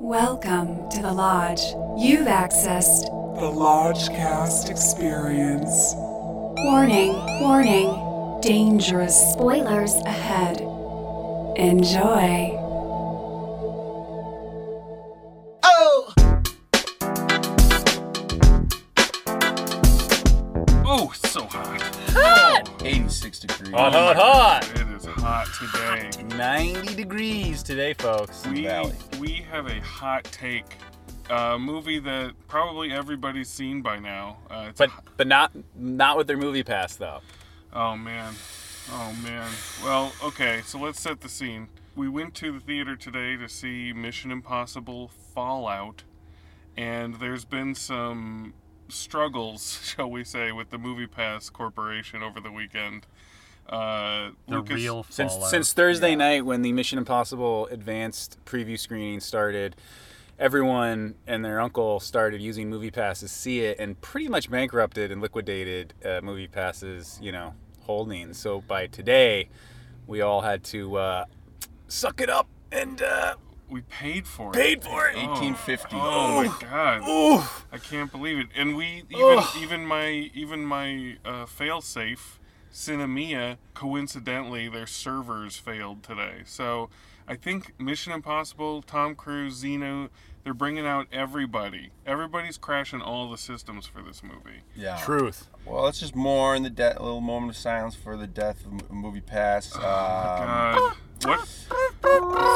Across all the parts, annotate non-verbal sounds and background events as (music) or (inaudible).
Welcome to the Lodge. You've accessed. The Lodgecast Experience. Warning, warning. Dangerous spoilers ahead. Enjoy. Oh! Oh, it's so hot. 86 degrees. Hot, hot, hot. It is hot today. 90 degrees today, folks. in the We valley. we have a hot take. A movie that probably everybody's seen by now. Uh, it's But but not not with their movie pass though. oh man, oh man. Well, okay. So let's set the scene. We went to the theater today to see Mission Impossible Fallout, and there's been some struggles, (laughs) shall we say, with the Movie Pass Corporation over the weekend. Uh, the Lucas- real Since fallout. since Thursday night when the Mission Impossible Advanced preview screening started, everyone and their uncle started using movie passes to see it and pretty much bankrupted and liquidated uh, movie passes, you know, holdings. So by today, we all had to uh, suck it up and uh, We paid for it. paid for it. 1850. Oh my god. Oof. I can't believe it. And we even Ugh. even my even my uh, failsafe Cinemia coincidentally their servers failed today. So I think Mission Impossible, Tom Cruise, Xeno, they're bringing out everybody. Everybody's crashing all the systems for this movie. Yeah. Truth. Well, let's just mourn the death. A little moment of silence for the death of M- Movie Pass. Um, God. Uh, What?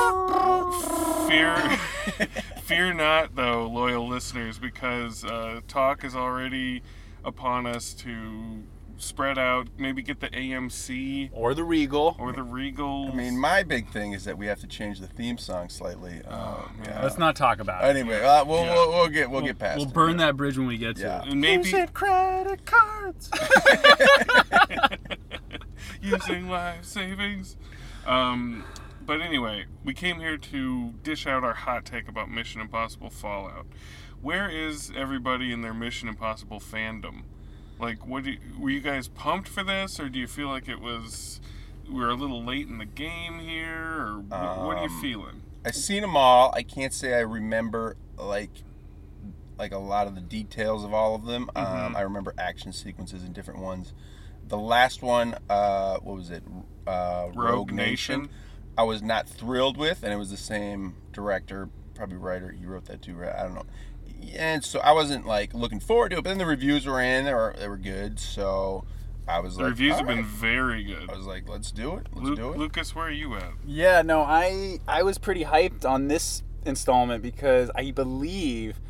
Fear, (laughs) fear not, though, loyal listeners, because uh, talk is already upon us to spread out. Maybe get the AMC Or the Regal. or the Regal. I mean, my big thing is that we have to change the theme song slightly. Um, yeah. Let's not talk about it. Anyway, uh, we'll, we'll, we'll get we'll, get past. We'll it. burn that bridge when we get to Yeah. it. maybe credit cards. (laughs) using life savings. Um, but anyway, we came here to dish out our hot take about Mission Impossible Fallout. Where is everybody in their Mission Impossible fandom? Like, what do you, were you guys pumped for this, or do you feel like it was we were a little late in the game here, or wh- what are you Um, feeling? I've seen them all. I can't say I remember like like a lot of the details of all of them. Mm-hmm. Um, I remember action sequences in different ones. The last one, uh, what was it? Uh, Rogue Nation. I was not thrilled with, and it was the same director, probably writer. You wrote that too, right? I don't know. And so I wasn't like looking forward to it, but then the reviews were in. They were they were good, so I was The like, reviews all have been right. very good. I was like, let's do it. Let's Lu- do it. Lucas, where are you at? Yeah, no, I I was pretty hyped on this installment because I believe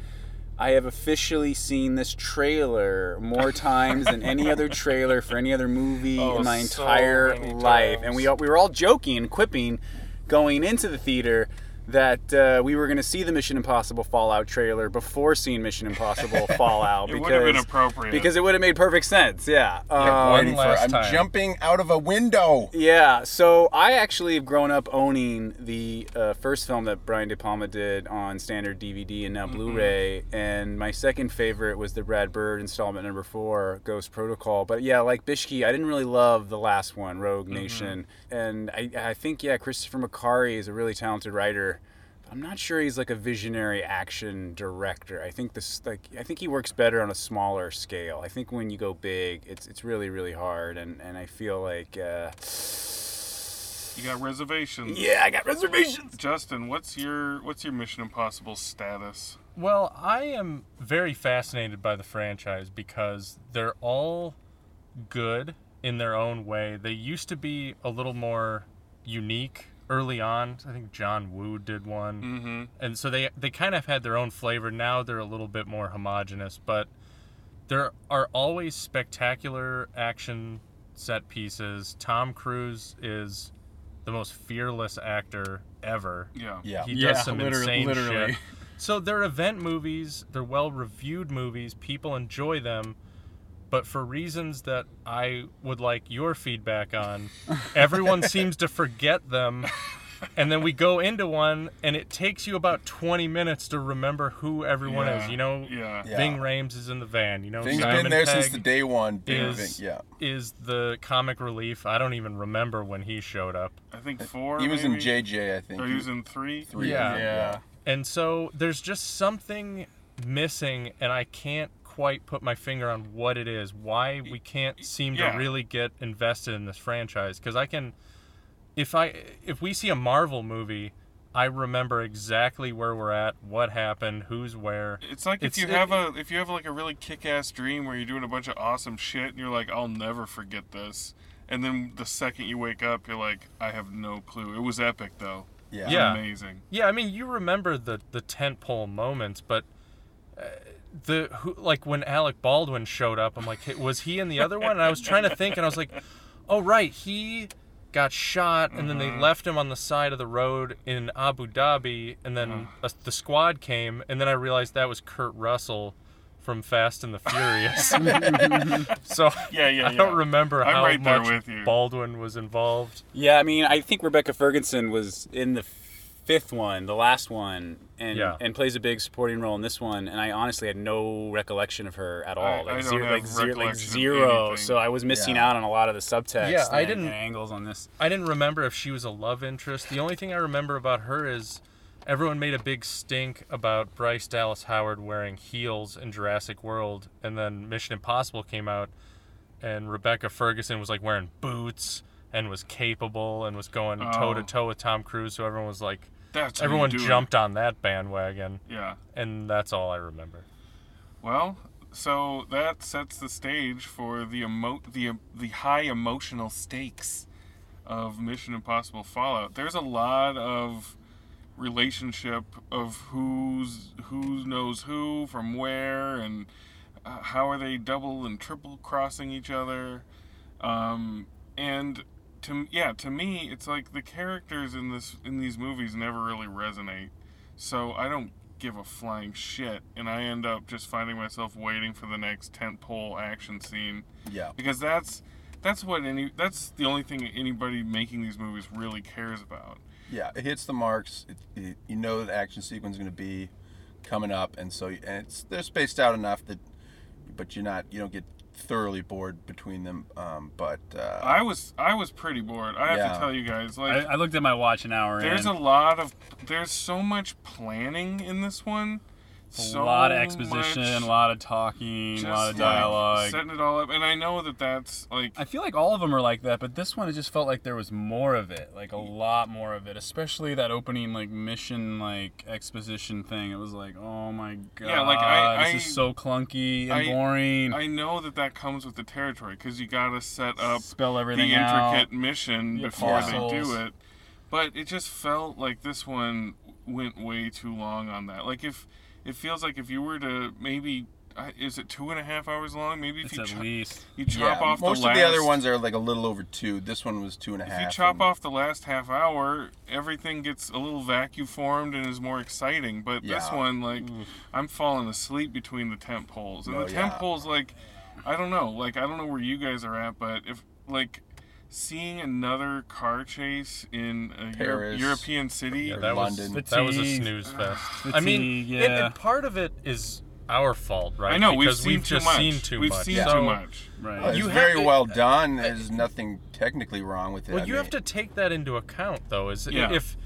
I have officially seen this trailer more times than any other trailer for any other movie Oh, in my so entire many life. times. And we all- we were all joking and quipping going into the theater that uh, we were going to see the Mission Impossible Fallout trailer before seeing Mission Impossible Fallout It would because have been appropriate. because it would have made perfect sense. Yeah. Yeah, Um, one Waiting for- last I'm time. jumping out of a window. yeah, so I actually have grown up owning the uh, first film that Brian De Palma did on standard DVD and now Blu-ray, and my second favorite was the Brad Bird installment number four, Ghost Protocol. But yeah, like Bishki, I didn't really love the last one, Rogue Nation, and I, I think yeah, Christopher McQuarrie is a really talented writer. but I'm not sure he's like a visionary action director. I think this like I think he works better on a smaller scale. I think when you go big, it's it's really really hard, and and I feel like. Uh, You got reservations. yeah, I got reservations. Justin, what's your what's your Mission Impossible status? Well, I am very fascinated by the franchise because they're all good in their own way. They used to be a little more unique early on. I think John Woo did one. Mm-hmm. and so they they kind of had their own flavor. Now they're a little bit more homogenous, but there are always spectacular action set pieces. Tom Cruise is the most fearless actor ever. Yeah. Yeah. He Yeah, does some liter- insane literally. shit. So they're event movies. They're well-reviewed movies. People enjoy them. But for reasons that I would like your (laughs) feedback on, everyone seems to forget them. And then we go into one, and it takes you about 20 minutes to remember who everyone Yeah. is. You know, Yeah. Yeah. Bing Rames is in the van. You know, Thing's Simon been there since Pegg the day one. Big is, Ving, yeah. is the comic relief. I don't even remember when he showed up. I think four. He was in maybe? JJ, I think. Or Oh, he was in three. three. Yeah. I think, Yeah. And so there's just something missing, and I can't quite put my finger on what it is. Why we can't seem yeah. to really get invested in this franchise? Because I can, if I if we see a Marvel movie, I remember exactly where we're at, what happened, who's where. It's like It's- if you have a if you have like a really kick-ass dream where you're doing a bunch of awesome shit and you're like, I'll never forget this, and then the second you wake up, you're like, I have no clue. It was epic though. Yeah. It was Yeah. Amazing. Yeah, I mean, you remember the the tentpole moments, but uh, the who, like when Alec Baldwin showed up, I'm like, "Hey, was he in the other one? And I was trying to think, and I was like, oh right, he got shot, and then they Mm-hmm. left him on the side of the road in Abu Dhabi, and Mm. then a, the squad came, and then I realized that was Kurt Russell from Fast and the Furious. (laughs) so Yeah, yeah, I don't yeah. remember I'm how right there much with you. Baldwin was involved. Yeah, I mean, I think Rebecca Ferguson was in the fifth one, the last one, and Yeah. and plays a big supporting role in this one. And I honestly had no recollection of her at all. I- like I don't zero, have like zero, like recollection of zero. anything. So I was missing Yeah. out on a lot of the subtext. Yeah, I and- didn't- and angles on this. I didn't remember if she was a love interest. The only thing I remember about her is everyone made a big stink about Bryce Dallas Howard wearing heels in Jurassic World, and then Mission Impossible came out, and Rebecca Ferguson was like wearing boots and was capable and was going Oh. toe to toe with Tom Cruise. So everyone was like, That's how you everyone do it. jumped on that bandwagon, Yeah. and that's all I remember. Well, so that sets the stage for the emo- the the high emotional stakes of Mission Impossible Fallout. There's a lot of relationship of who's who knows who from where and uh, how are they double and triple crossing each other. Um, and to yeah, to me, it's like the characters in this in these movies never really resonate. So I don't give a flying shit, and I end up just finding myself waiting for the next tentpole action scene Yeah. because that's that's what any that's the only thing anybody making these movies really cares about. Yeah, it hits the marks. It, it, you know the action sequence is going to be coming up, and so and it's they're spaced out enough that, but you're not you don't get thoroughly bored between them. Um, but uh, I was I was pretty bored. I have Yeah. to tell you guys, I, like I looked at my watch an hour there's in. a lot of there's so much planning in this one. so a lot of exposition, much a lot of talking, just, a lot of like, dialogue. setting it all up, and I know that that's like I feel like all of them are like that, but this one it just felt like there was more of it, like a lot more of it, especially that opening like mission like exposition thing. It was like, oh my god, Yeah, like, I- this I- is so clunky and I- boring. I know that that comes with the territory because you gotta set up Spell the everything intricate out. mission Yeah, before they parcels. do it. But it just felt like this one went way too long on that. Like if it feels like if you were to maybe I- is it two and a half hours long? Maybe if It's you, at cho- least you chop yeah, off most the last, of the other ones are like a little over two. This one was two and a half. If you chop and- off the last half hour, everything gets a little vacuum formed and is more exciting. But this Yeah. one, like, I'm falling asleep between the tent poles, and No, the Oh, yeah. tent poles, like, I don't know, like, I don't know where you guys are at, but if like seeing another car chase in a Euro- Paris. European city, Yeah, that was London. that was a Fatigue. snooze fest. Fatigue, I mean, and- and, yeah. part of it is our fault, right? I know we've because seen we've too just much. seen too we've much. seen So- too much. Uh, right. it's you have very to- well done. There's nothing technically wrong with it. Well, I you have to mean, take that into account, though. Is Yeah. if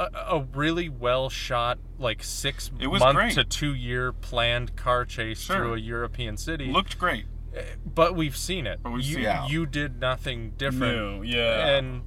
a, a really well shot, like six It was month great. to two year planned car chase Sure. through a European city, Looked great. but we've seen it. But we've you, seen it. you did nothing different, New, yeah. and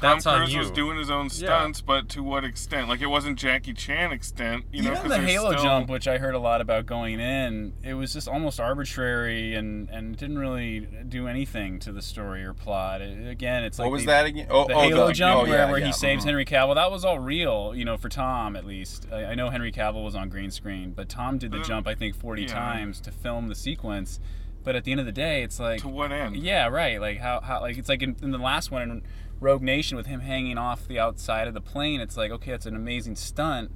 that's Tom on Cruise you. was doing his own stunts, but to what extent? Like it wasn't Jackie Chan extent, you know? Even 'cause the there's Halo still- jump, which I heard a lot about going in, it was just almost arbitrary and and didn't really do anything to the story or plot. It- again, it's like what was they- that again? Oh, the oh, Halo the, jump oh, where, yeah, where yeah, he saves mhm. Henry Cavill. That was all real, you know, for Tom at least. I, I know Henry Cavill was on green screen, but Tom did the Uh, jump I think 40 yeah. times to film the sequence. But at the end of the day, it's like To what end? yeah, right. Like how, how like it's like in, in the last one in Rogue Nation with him hanging off the outside of the plane. It's like okay, it's an amazing stunt,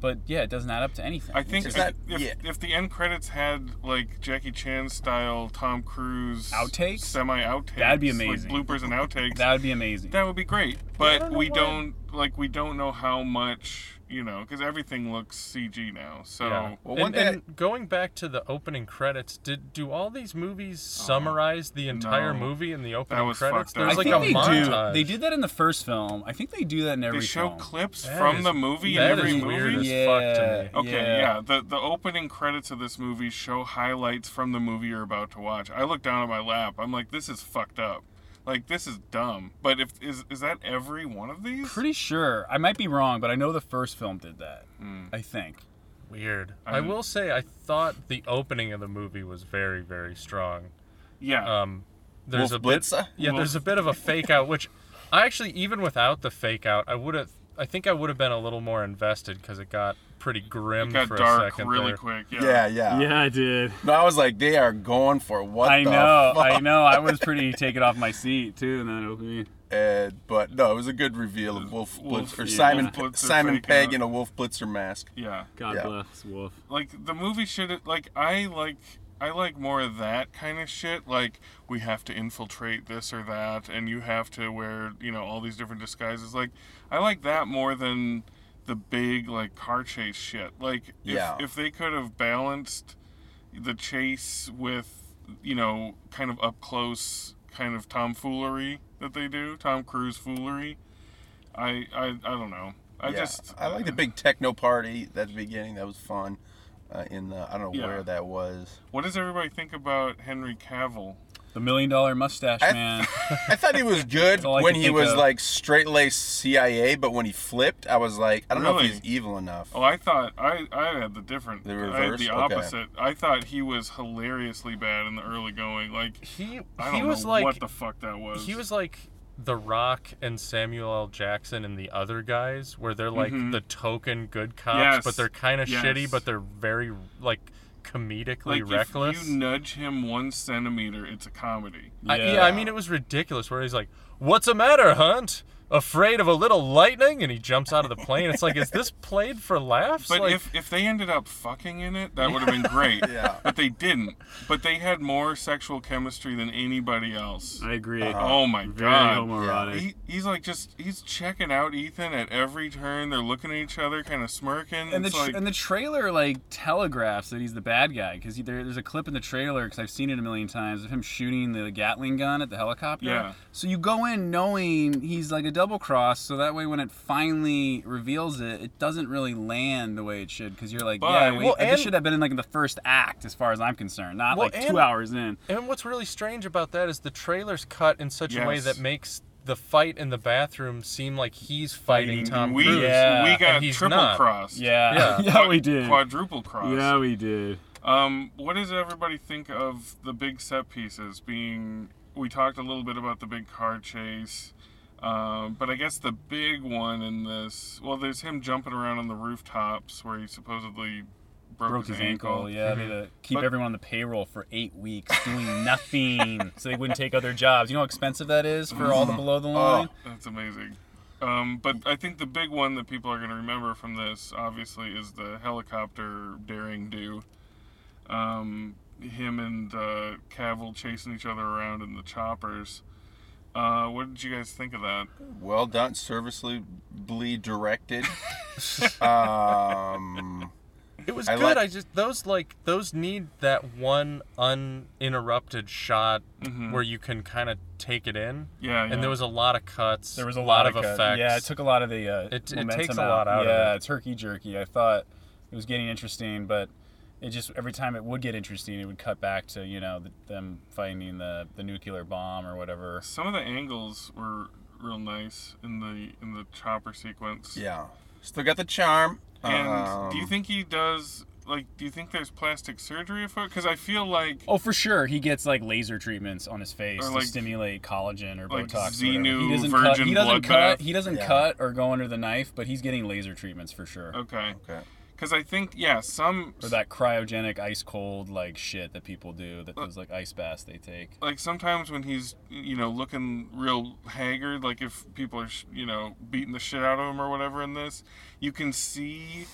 but yeah, it doesn't add up to anything. I think It's if, not- if, yeah. if the end credits had like Jackie Chan style Tom Cruise Outtakes? semi outtakes, That'd be like, amazing. bloopers and outtakes. that would be amazing. that would be great. But don't know we why- don't like we don't know how much you know, because everything looks CG now. So Yeah. Well, and, one thing and going back to the opening credits, did do all these movies summarize the entire Oh, no. movie in the opening was fucked credits? There's up. like I a think they montage. do. They did that in the first film. I think they do that in every they show film. clips That from is- the movie in that every is weird movie. as fuck to me. Okay, yeah. The the opening credits of this movie show highlights from the movie you're about to watch. I look down at my lap. I'm like, this is fucked up. Like this is dumb. But if is is that every one of these? Pretty sure. I might be wrong, but I know the first film did that. Hmm. I think. Weird. I I mean- will say I thought the opening of the movie was very very strong. yeah. Um, there's Wolf a bit, Blitzer? yeah. Wolf- There's a bit of a fake out, which I actually even without the fake out, I would have. I think I would have been a little more invested because it got pretty grim it got Um, for a dark second. really there. quick. Yeah. Mm-hmm. yeah, yeah, Yeah, I did. No, I was like, they are going for what I the know. fuck? I know. I was pretty (laughs) taken off my seat too, and then it opened me. And- but no, it was a good reveal of Wolf, Wolf- Blitzer, or yeah, Simon Wolf Blitzer Simon fake Pegg out. in a Wolf Blitzer mask. Yeah. God Yeah. bless Wolf. like the movie should like I like I like more of that kind of shit. Like we have to infiltrate this or that, and you have to wear you know all these different disguises. Like I like that more than the big like car chase shit. Like if, Yeah. if they could have balanced the chase with you know kind of up close kind of tomfoolery that they do, Tom Cruise foolery. I I, I don't know. I yeah. just uh, I like the big techno party at the beginning. That was fun. Uh, in the, I don't know Yeah. where that was. What does everybody think about Henry Cavill? The million dollar mustache I- (laughs) man. I thought he (laughs) was good all I when could he think was of. like straight laced CIA, but when he flipped, I was like, I don't know Really? if he's evil enough. Oh, I thought I, I had the different. I The had reverse? the Okay. opposite. I thought he was hilariously bad in the early going. Like He I he don't was know like what the fuck that was. he was like The Rock and Samuel L. Jackson and the other guys, where they're like Mhm. the token good cops, Yes. but they're kind of Yes. shitty, but they're very like comedically like reckless. if you nudge him one centimeter, it's a comedy. I, yeah, I mean it was ridiculous. Where he's like, "What's the matter, Hunt? Afraid of a little lightning?" And he jumps out of the plane. It's like, is this played for laughs? But like, if if they ended up fucking in it, that would (laughs) have been great. Yeah. But they didn't. But they had more sexual chemistry than anybody else. I agree. Uh-huh. oh my Very god. homoerotic. He, he's like just he's checking out Ethan at every turn. They're looking at each other, kind of smirking. and the it's tr like, and the trailer like telegraphs that he's the bad guy because there, there's a clip in the trailer because I've seen it a million times of him shooting the Gatling gun at the helicopter. Yeah. So you go in knowing he's like a double cross, so that way when it finally reveals it, it doesn't really land the way it should because you're like, But- yeah, wait, Well, and- this should have been in like the first act as far as I'm concerned, not Well, like two and- hours in. And what's really strange about that is the trailer's cut in such a way Yes. that makes the fight in the bathroom seem like he's fighting Tom we Cruise. Yeah. we got and he's triple not. crossed. Yeah. (laughs) (laughs) Yeah. Yeah, we did. Quadruple cross. yeah, we did. Um, what does everybody think of the big set pieces being? We talked a little bit about the big car chase, um, but I guess the big one in this. Well, there's him jumping around on the rooftops where he supposedly broke, broke his ankle. Yeah, they Mm-hmm. had to keep But- everyone on the payroll for eight weeks doing nothing, so they wouldn't take other jobs. You know how expensive that is for Mm-hmm. all the below Oh. the line. That's amazing. Um, but I think the big one that people are going to remember from this, obviously, is the helicopter daring do. Um, him and uh, Cavill chasing each other around in the choppers. Uh, what did you guys think of that? Well done, serviceably (laughs) directed. um, It was I good. like- I just those like those need that one uninterrupted shot where you can kind of take it in. Yeah, yeah. And there was a lot of cuts. There was a lot, of effects. cut- Yeah, it took a lot of the. Uh, It- it momentum takes a lot out of Yeah, it. turkey jerky. I thought it was getting interesting, but it just every time it would get interesting, it would cut back to you know the, them finding the the nuclear bomb or whatever. some of the angles were real nice in the in the chopper sequence. yeah, still got the charm. And do you Um, think he does? Like, do you think there's plastic surgery for it? Because I feel like Oh, for sure, he gets like laser treatments on his face Or, like- to stimulate collagen or like Botox. or whatever. Xenu he doesn't cut. virgin He doesn't bloodbath? cut. He doesn't Yeah. cut or go under the knife, but he's getting laser treatments for sure. okay, Okay. because I think yeah, some Or that cryogenic ice cold like shit that people do Uh, that those like ice baths they take. like sometimes when he's you know looking real haggard like if people are sh- you know beating the shit out of him or whatever in this you can see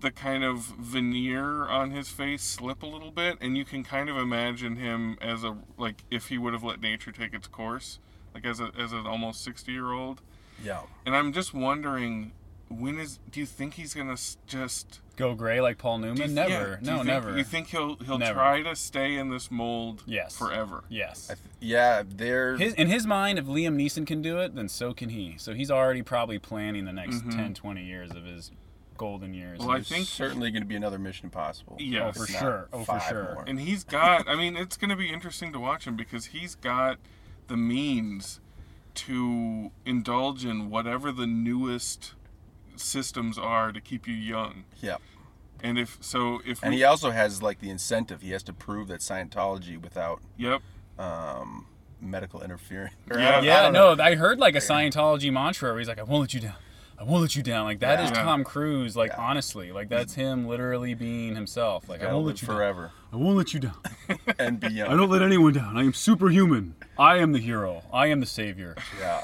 the kind of veneer on his face slip a little bit and you can kind of imagine him as a like if he would have let nature take its course like as a as an almost 60 year old Yeah. and i'm just wondering when is do you think he's gonna s- just Go gray like Paul Newman? do you- yeah, never. do no, you think, never. you think he'll he'll Never. try to stay in this mold Yes. forever Yes. I th- yeah, they're His, in his mind, if Liam Neeson can do it, then so can he. So he's already probably planning the next ten, twenty 10, 20 years of his golden years. Mm-hmm. Well, I there's think- certainly going to be another Mission Impossible. Yes. If Oh, for not sure. Oh, for five sure. more. and he's got i mean it's gonna be interesting to watch him because he's got the means to indulge in whatever the newest systems are to keep you young yeah. and if so if And we, he also has like the incentive. He has to prove that Scientology without yep um, medical interference. or Yeah. I don't- I yeah, don't no, I heard like a Scientology mantra where he's like, I won't let you down. I won't let you down. Like, that is Yeah. Tom Cruise, like, honestly. Like, that's him literally being himself. Like, I Gotta won't live let you forever down. I won't let you down. (laughs) and beyond. I don't let anyone down. I am superhuman. I am the hero. I am the savior. Yeah.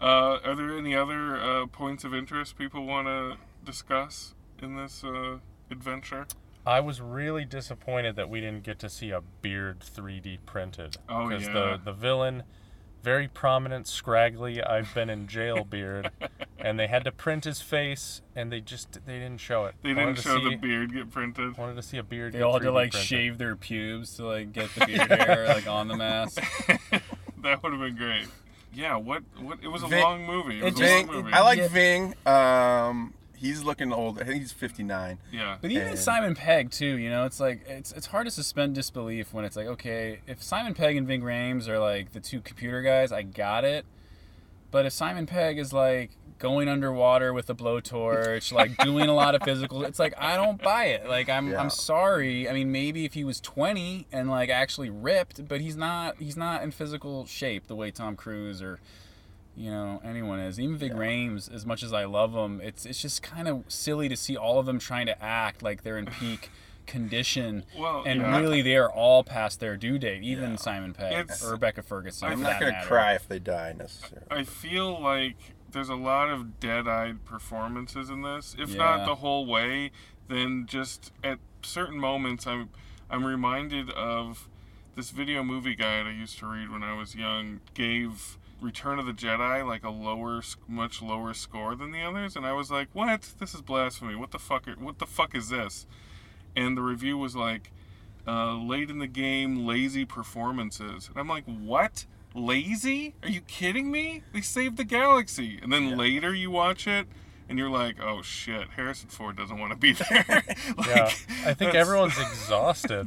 Uh, are there any other uh, points of interest people want to discuss in this uh, adventure? I was really disappointed that we didn't get to see a beard 3D printed. Oh, yeah. the, the villain, very prominent, scraggly, I've been (laughs) in jail beard, and they had to print his face, and they just they didn't show it. They I didn't wanted to show see- the beard get printed. (laughs) Wanted to see a beard. They get all had to, 3D like, printed. shave their pubes to, like, get the beard hair, like, on the mask. That would have been great. Yeah, what? What? It was a Vin- long movie. It was a long Ving, movie. I like Ving. Um, he's looking old. I think he's 59. Yeah. But even And- Simon Pegg too, you know, it's like it's it's hard to suspend disbelief when it's like, okay, if Simon Pegg and Ving Rhames are like the two computer guys, I got it. But if Simon Pegg is like going underwater with a (laughs) blowtorch, like doing a lot of physical, it's like I don't buy it. Like I'm Yeah. I'm sorry. I mean, maybe if he was 20 and like actually ripped, but he's not he's not in physical shape the way Tom Cruise or you know anyone is even Vig Rhames as much as I love him it's it's just kind of silly to see all of them trying to act like they're in peak condition Well, and yeah. really they are all past their due date even Simon Pegg It's- or Rebecca Ferguson I'm I'm for not that going to matter. cry if they die necessarily. I feel like there's a lot of dead-eyed performances in this. If Yeah. not the whole way, then just at certain moments, I'm I'm reminded of this video movie guide I used to read when I was young. Gave Return of the Jedi like a lower, sc- much lower score than the others, and I was like, "What? This is blasphemy! What the fuck? Are, what the fuck is this?" And the review was like, uh, late in the game, lazy performances. And I'm like, what? Lazy? Are you kidding me? They saved the galaxy. And then later you watch it and you're like, oh shit, Harrison Ford doesn't want to be (laughs) there. like, (laughs) Yeah, I think that's- everyone's exhausted.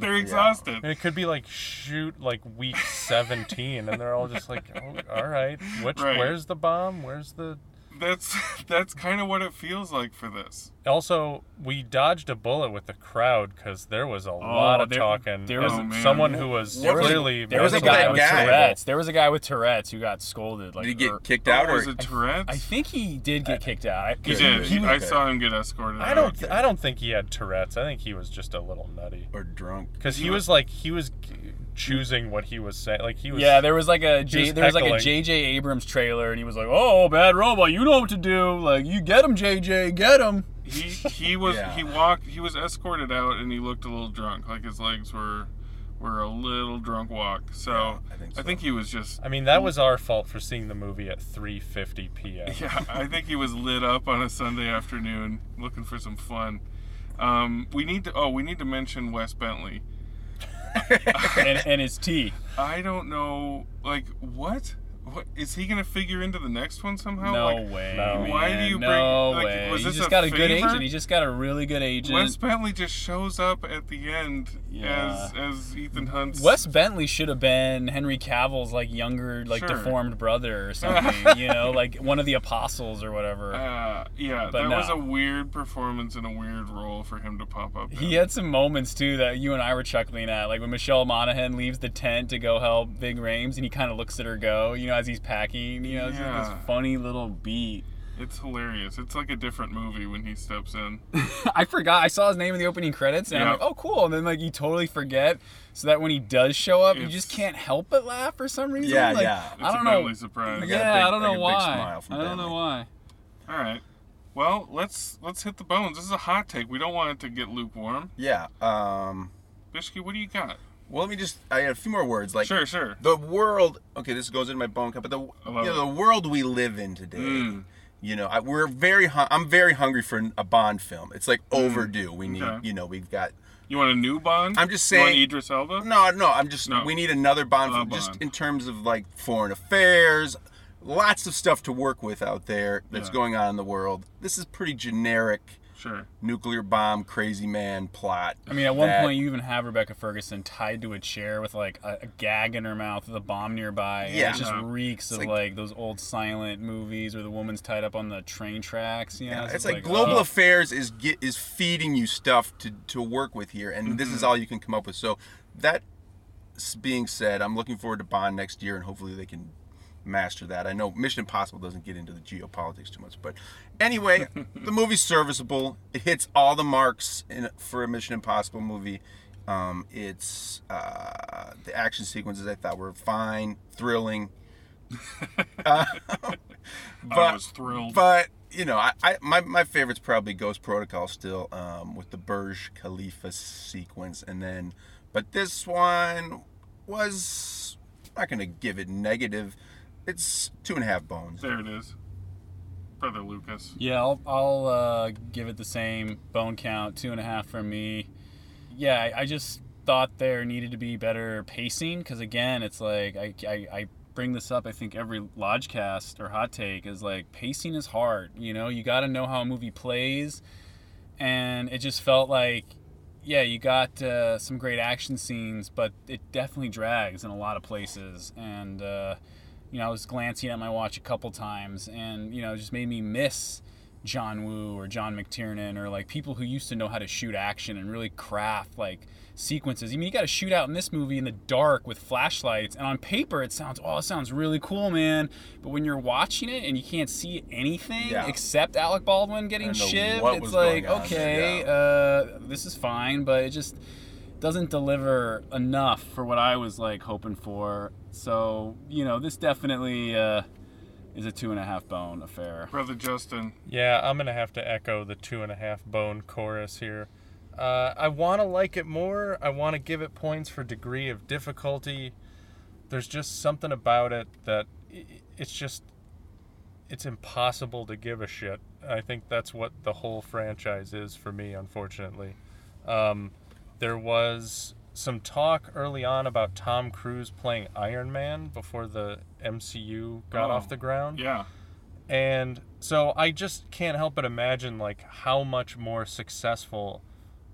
(laughs) They're exhausted. And it could be like shoot like week 17 and they're all just like oh, all right which Right. where's the bomb where's the That's (laughs) that's kind of what it feels like for this. also we dodged a bullet with the crowd because there was a lot of there- talking there there was- was Oh, man. someone who was There was a- clearly there was a That's what guy I with got. Tourette's there was a guy with Tourette's who got scolded like Did he or- get kicked out? was Or, it Tourette's? I think he did get kicked out I, he Good. did. He was- I okay. saw him get escorted. i out. don't th- i don't think he had tourette's i think he was just a little nutty or drunk? because he was like he was g- choosing what he was saying like he was Yeah, there was like a J, was there was like a heckling. JJ Abrams trailer, and he was like, "Oh, bad robot, you know what to do. Like, you get him, JJ, get him." he he was Yeah. he walked he was escorted out and he looked a little drunk like his legs were were a little drunk walk so, I I, think think so. he was just i mean that was our fault for seeing the movie at 3.50 p.m yeah i think he was lit up on a sunday afternoon looking for some fun um, we need to oh we need to mention wes bentley and, and his tea. i don't know like what what is he gonna figure into the next one somehow No like, way. No. Why do man. you No bring- like, way. was he this just a got a good favor? agent. He just got a really good agent. Wes Wes, Bentley just shows up at the end Yeah. as as Ethan Hunt's Bentley should have been Henry Cavill's like younger, like Sure. deformed (laughs) brother or something. you know, like one of the apostles or whatever. Uh, yeah, But that was no. a weird performance and a weird role for him to pop up. He in. had some moments too that you and I were chuckling at, like when Michelle Monaghan leaves the tent to go help Big Rames, and he kind of looks at her go, you know, as he's packing, you know, it's just Yeah. this funny little beat. It's hilarious. It's like a different movie when he steps in. (laughs) I forgot. I saw his name in the opening credits, and I'm Yeah. like, oh, cool. And then like you totally forget, so that when he does show up, you just It's- can't help but laugh for some reason. Yeah, Like, yeah. It's I a don't know. Bentley surprise. I got a Yeah, big- I don't know I got a big why. smile from I don't know Bentley. why. All right. Well, let's let's hit the bones. This is a hot take. We don't want it to get lukewarm. Yeah. Um, Bishki, what do you got? well, let me just. I had a few more words. Like Sure, sure. the world. Okay, this goes into my bone cup, but the you I love know, the world we live in today. Mm. You know, I, we're very. Hun- I'm very hungry for a Bond film. It's like overdue. We need. Okay. You know, we've got. You want a new Bond? I'm just You saying- want Idris Elba? No, no. I'm just. No. We need another Bond Uh, film, just Bond. in terms of like foreign affairs. Lots of stuff to work with out there that's Yeah. going on in the world. This is pretty generic Sure. nuclear bomb crazy man plot. I mean, at one that- point, you even have Rebecca Ferguson tied to a chair with like a, a gag in her mouth with a bomb nearby. and Yeah. it just Yeah. reeks of like- like, those old silent movies where the woman's tied up on the train tracks. You know? Yeah, So it's like, global oh. affairs is get, is feeding you stuff to, to work with here, and this is all you can come up with. So that s- being said, I'm looking forward to Bond next year, and hopefully they can master that. I know Mission Impossible doesn't get into the geopolitics too much, but anyway, the movie's serviceable. It hits all the marks in, for a Mission Impossible movie. Um, it's uh, the action sequences I thought were fine, thrilling. Uh, (laughs) I was thrilled. But you know, I, I my, my favorite's probably Ghost Protocol still, um, with the Burj Khalifa sequence, and then, but this one was I'm not gonna give it negative. It's two and a half bones. there it is. Brother Lucas. Yeah, I'll, I'll uh, give it the same bone count, two and a half from me. Yeah, I, I just thought there needed to be better pacing because again, it's like I, I, I bring this up. I think every lodgecast or hot take is like pacing is hard. You know, you got to know how a movie plays, and it just felt like. Yeah, you got uh, some great action scenes, but it definitely drags in a lot of places. And uh, you know, I was glancing at my watch a couple times, and you know, it just made me miss John Woo or John McTiernan or like people who used to know how to shoot action and really craft like sequences. I mean, you got to shoot out in this movie in the dark with flashlights, and on paper it sounds, oh, it sounds really cool, man. But when you're watching it and you can't see anything Yeah. except Alec Baldwin getting I don't know shivved, what it's was like, going on there, okay, yeah. uh, this is fine, but it just doesn't deliver enough for what I was like hoping for. So you know, this definitely uh, is a two and a half bone affair. Brother Justin. Yeah, I'm gonna have to echo the two and a half bone chorus here. Uh, I want to like it more. I want to give it points for degree of difficulty. There's just something about it that i- i- it's just it's impossible to give a shit. I think that's what the whole franchise is for me, unfortunately. Um, there was some talk early on about Tom Cruise playing Iron Man before the MCU got Oh, off the ground. Yeah. And so I just can't help but imagine like how much more successful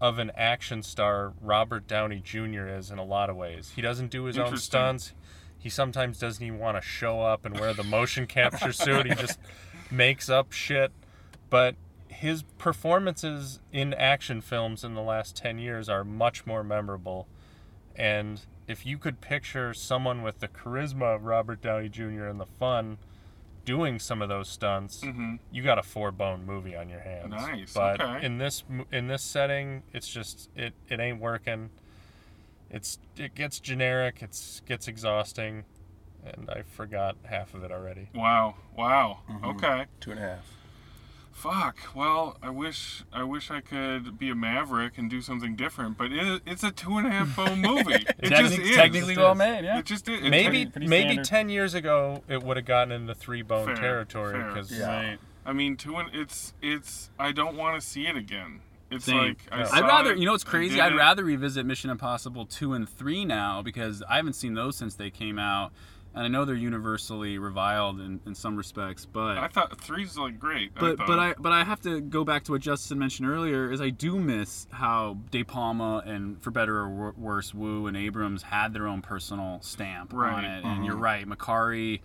of an action star Robert Downey Jr. is in a lot of ways. He doesn't do his own Interesting. stunts. He sometimes doesn't even want to show up and wear the motion capture suit. He just makes up shit. But his performances in action films in the last 10 years are much more memorable. And if you could picture someone with the charisma of Robert Downey Jr. and the fun doing some of those stunts, you got a four bone movie on your hands. Mm-hmm. Nice, But okay. in this mo- in this setting, it's just it it ain't working. It's it gets generic. It's gets exhausting, and I forgot half of it already. Wow. Wow. Mm-hmm. Okay. Two and a half. Fuck. Well, I wish I wish I could be a maverick and do something different, but it, it's a two and a (laughs) half bone movie. it just Technic- is. technically It just well is. made, yeah. It just is. It's Maybe like- pretty maybe standard. ten years ago it would have gotten into three bone Fair, territory fair. because Yeah. I mean, two and it's it's. I don't want to see it again. It's Same. like I Yeah. saw I'd rather, it, you know, it's I crazy. did I'd it. rather revisit Mission Impossible two and three now because I haven't seen those since they came out, and I know they're universally reviled in, in some respects. But I thought three's like great. but I but thought. I but I have to go back to what Justin mentioned earlier is I do miss how De Palma and for better or wor- worse Wu and Abrams had their own personal stamp Right. on it and you're right Macari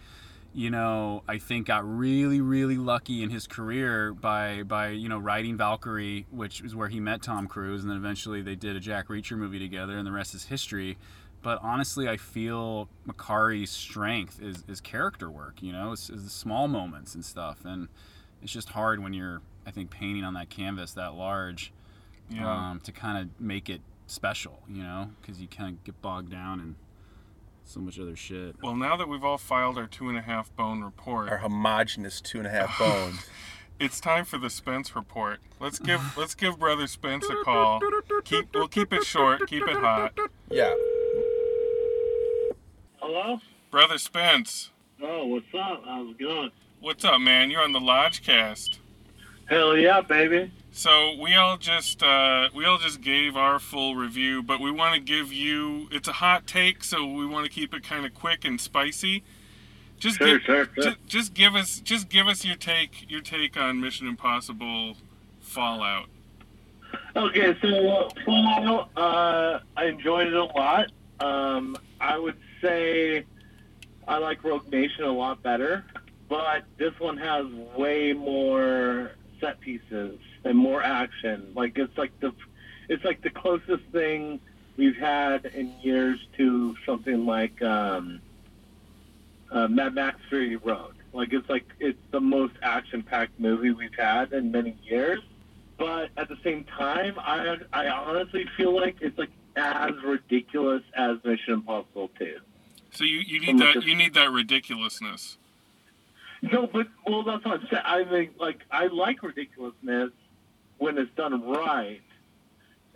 you know I think got really really lucky in his career by by you know writing Valkyrie which is where he met Tom Cruise and then eventually they did a Jack Reacher movie together and the rest is history but honestly, I feel Makari's strength is, is character work. You know, it's, it's the small moments and stuff, and it's just hard when you're, I think, painting on that canvas that large yeah. um, to kind of make it special. You know, because you kind of get bogged down in so much other shit. Well, now that we've all filed our two and a half bone report, Our homogenous two and a half bones. it's time for the Spence report. Let's give let's give brother Spence a call. Keep we'll keep it short, keep it hot. yeah. Hello? Brother Spence, Oh, what's up? How's it going? What's up, man? You're on the Lodgecast. Hell yeah, baby. So we all just uh, we all just gave our full review, but we want to give you. It's a hot take, so we want to keep it kind of quick and spicy. Just Sure, give, sure, sure. ju- just give us just give us your take your take on Mission Impossible Fallout. Okay, so uh, Fallout, uh, I enjoyed it a lot. Um, I would say I like Rogue Nation a lot better, but this one has way more set pieces and more action. Like it's like the it's like the closest thing we've had in years to something like um, uh, Mad Max Fury Road. Like it's like it's the most action-packed movie we've had in many years but at the same time, I I honestly feel like it's like as ridiculous as Mission Impossible 2. So you, you need that you need that ridiculousness. No, but well, that's what I'm saying. I mean, like I like ridiculousness when it's done right,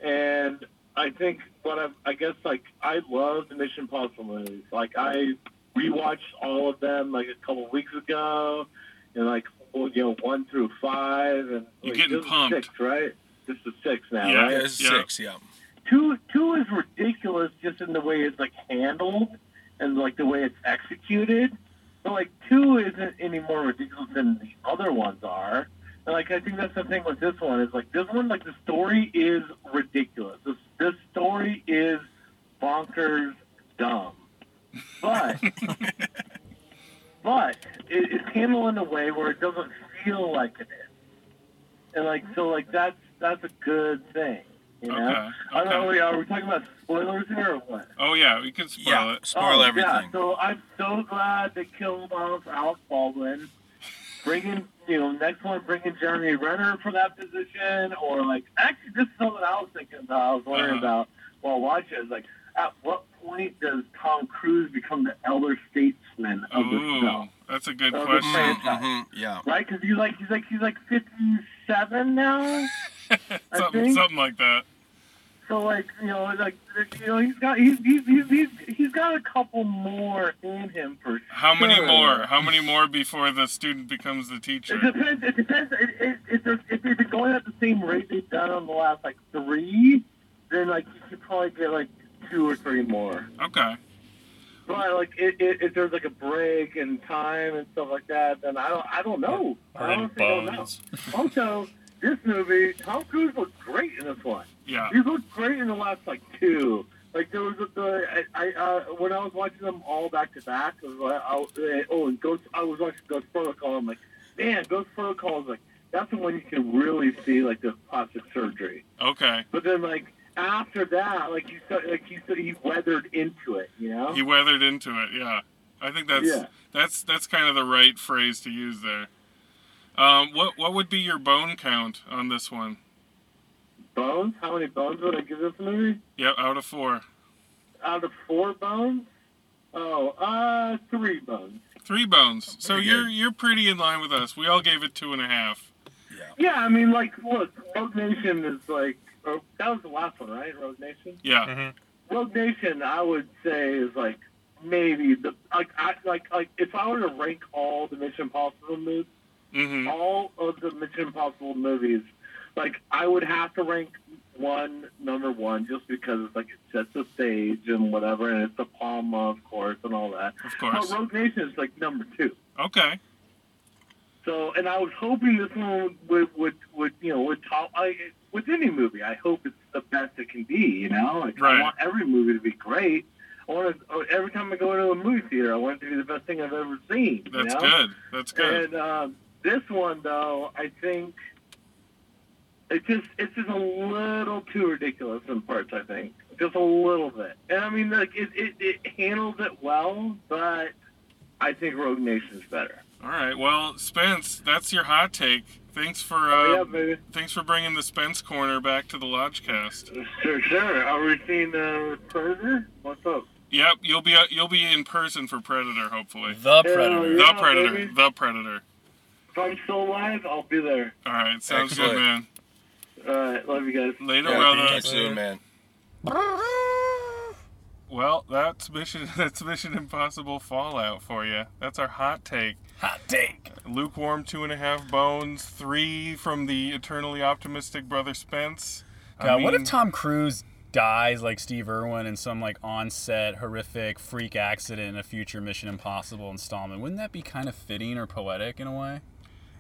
and I think what I've, I guess like I love the Mission Impossible movies. Like I rewatched all of them like a couple weeks ago, and like well, you know one through five, and You're like, getting this is pumped. six, right? This is six now, Yeah. right? Yeah, it's Yeah. six. Yeah. two two is ridiculous just in the way it's like handled and like the way it's executed. But like two isn't any more ridiculous than the other ones are. And like I think that's the thing with this one is like this one like the story is ridiculous. This this story is bonkers dumb. (laughs) But but it, it's handled in a way where it doesn't feel like it is. And like so like that's that's a good thing. You know? Okay, I don't know, okay. are we talking about spoilers here or what? Oh yeah, we can spoil Yeah. it. Spoil oh, everything. Yeah, so I'm so glad they killed off Alec Baldwin. Bringing, you know, next one, bringing Jeremy Renner for that position, or like, actually, this is something I was thinking about. I was wondering Uh-huh. about while watching. Is like, at what point does Tom Cruise become the elder statesman of Mm. this Ooh, film? Oh, that's a good Of the question. franchise. hmm Yeah. Right? Because he's like, he's like, he's like 57 now. I something, think- something like that. So like you know like you know he's got he's he's he's he's, he's got a couple more in him for How many sure. more? How many more before the student becomes the teacher? (laughs) It depends. It depends. It, it, it, if- if they've been going at the same rate they've done on the last like three, then like you could probably get like two or three more. Okay. But like it, it, if there's like a break in time and stuff like that, then I don't I don't know. Or I in honestly don't know. Bones. Also, this movie, Tom Cruise looked great in this one. Yeah. He looked great in the last like two. Like there was a, the I, I uh, when I was watching them all back to back. it was like, I was- eh, Oh, and Ghost. I was watching Ghost Protocol. I'm like, man, Ghost Protocol is like that's the one you can really see like the plastic surgery. Okay. But then like after that, like you said, like you said, he weathered into it. You know. He weathered into it. Yeah. I think that's Yeah. that's that's kind of the right phrase to use there. Um, what what would be your bone count on this one? bones. How many bones would I give this movie? Yeah, out of four, Out of four bones. Oh, uh, three bones. three bones. So Very you're good. you're pretty in line with us. We all gave it two and a half. Yeah, I mean, like, look, Rogue Nation is like, or, that was the last one, right? Rogue Nation. Yeah. Rogue Nation, I would say, is like maybe the like I like like if I were to rank all the Mission Impossible movies, Mm-hmm. all of the Mission Impossible movies, like I would have to rank one number one just because it's like it sets the stage and whatever, and it's the Palma, of course, and all that. Of course. But Rogue Nation is like number two. Okay. So, and I was hoping this one would, would, would you know, would top, I, with any movie, I hope it's the best it can be, you know? Like, Right. I want every movie to be great. I want to, every time I go to a movie theater, I want it to be the best thing I've ever seen. you That's know? good. That's good. And um, this one, though, I think it just it's just a little too ridiculous in parts. I think just a little bit. And I mean, like it it, it handles it well, but I think Rogue Nation's better. All right. Well, Spence, that's your hot take. Thanks for Oh, uh, yeah, baby. thanks for bringing the Spence corner back to the Lodgecast. Sure, sure. Are we seeing uh, Predator? What's up? Yep, you'll be uh, you'll be in person for Predator hopefully. The Hell Predator. The yeah, Predator. baby. The Predator. If I'm still alive, I'll be there. All right, sounds Excellent. good, man. All right, love you guys. uh, Later, Yeah, brother. soon, man. Well, that's Mission (laughs) that's Mission Impossible Fallout for you. That's our hot take. Hot take. Lukewarm two and a half bones, three from the eternally optimistic brother Spence. I God, what if mean, Tom Cruise dies like Steve Irwin in some like on-set horrific freak accident in a future Mission Impossible installment? Wouldn't that be kind of fitting or poetic in a way?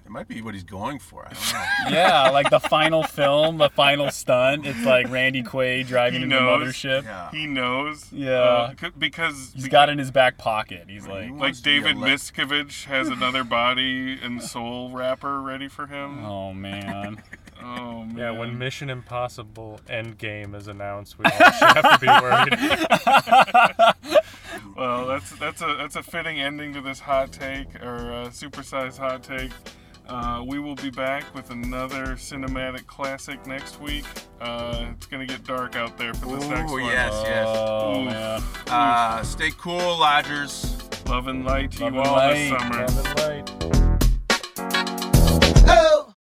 It might be what he's going for. I don't know. Yeah, like the final film, the final stunt. It's like Randy Quaid driving He into knows. the (laughs) mothership. Yeah. he knows? Yeah. uh, c- because He's be- got it in his back pocket. He's like, You want like us to be David elect- Miscavige has another body and soul wrapper ready for him. Oh, oh man. man. Yeah, when Mission Impossible Endgame is announced, we (laughs) all should have to be worried. Well, that's that's a that's a fitting ending to this hot take or uh, supersized hot take. Uh, we will be back with another cinematic classic next week. Uh, it's gonna get dark out there for this next Ooh, one. yes, yes. Oh Oof. man. Uh, stay cool, Lodgers. Love and light to Love you and all this light. summer. Have it light. Oh.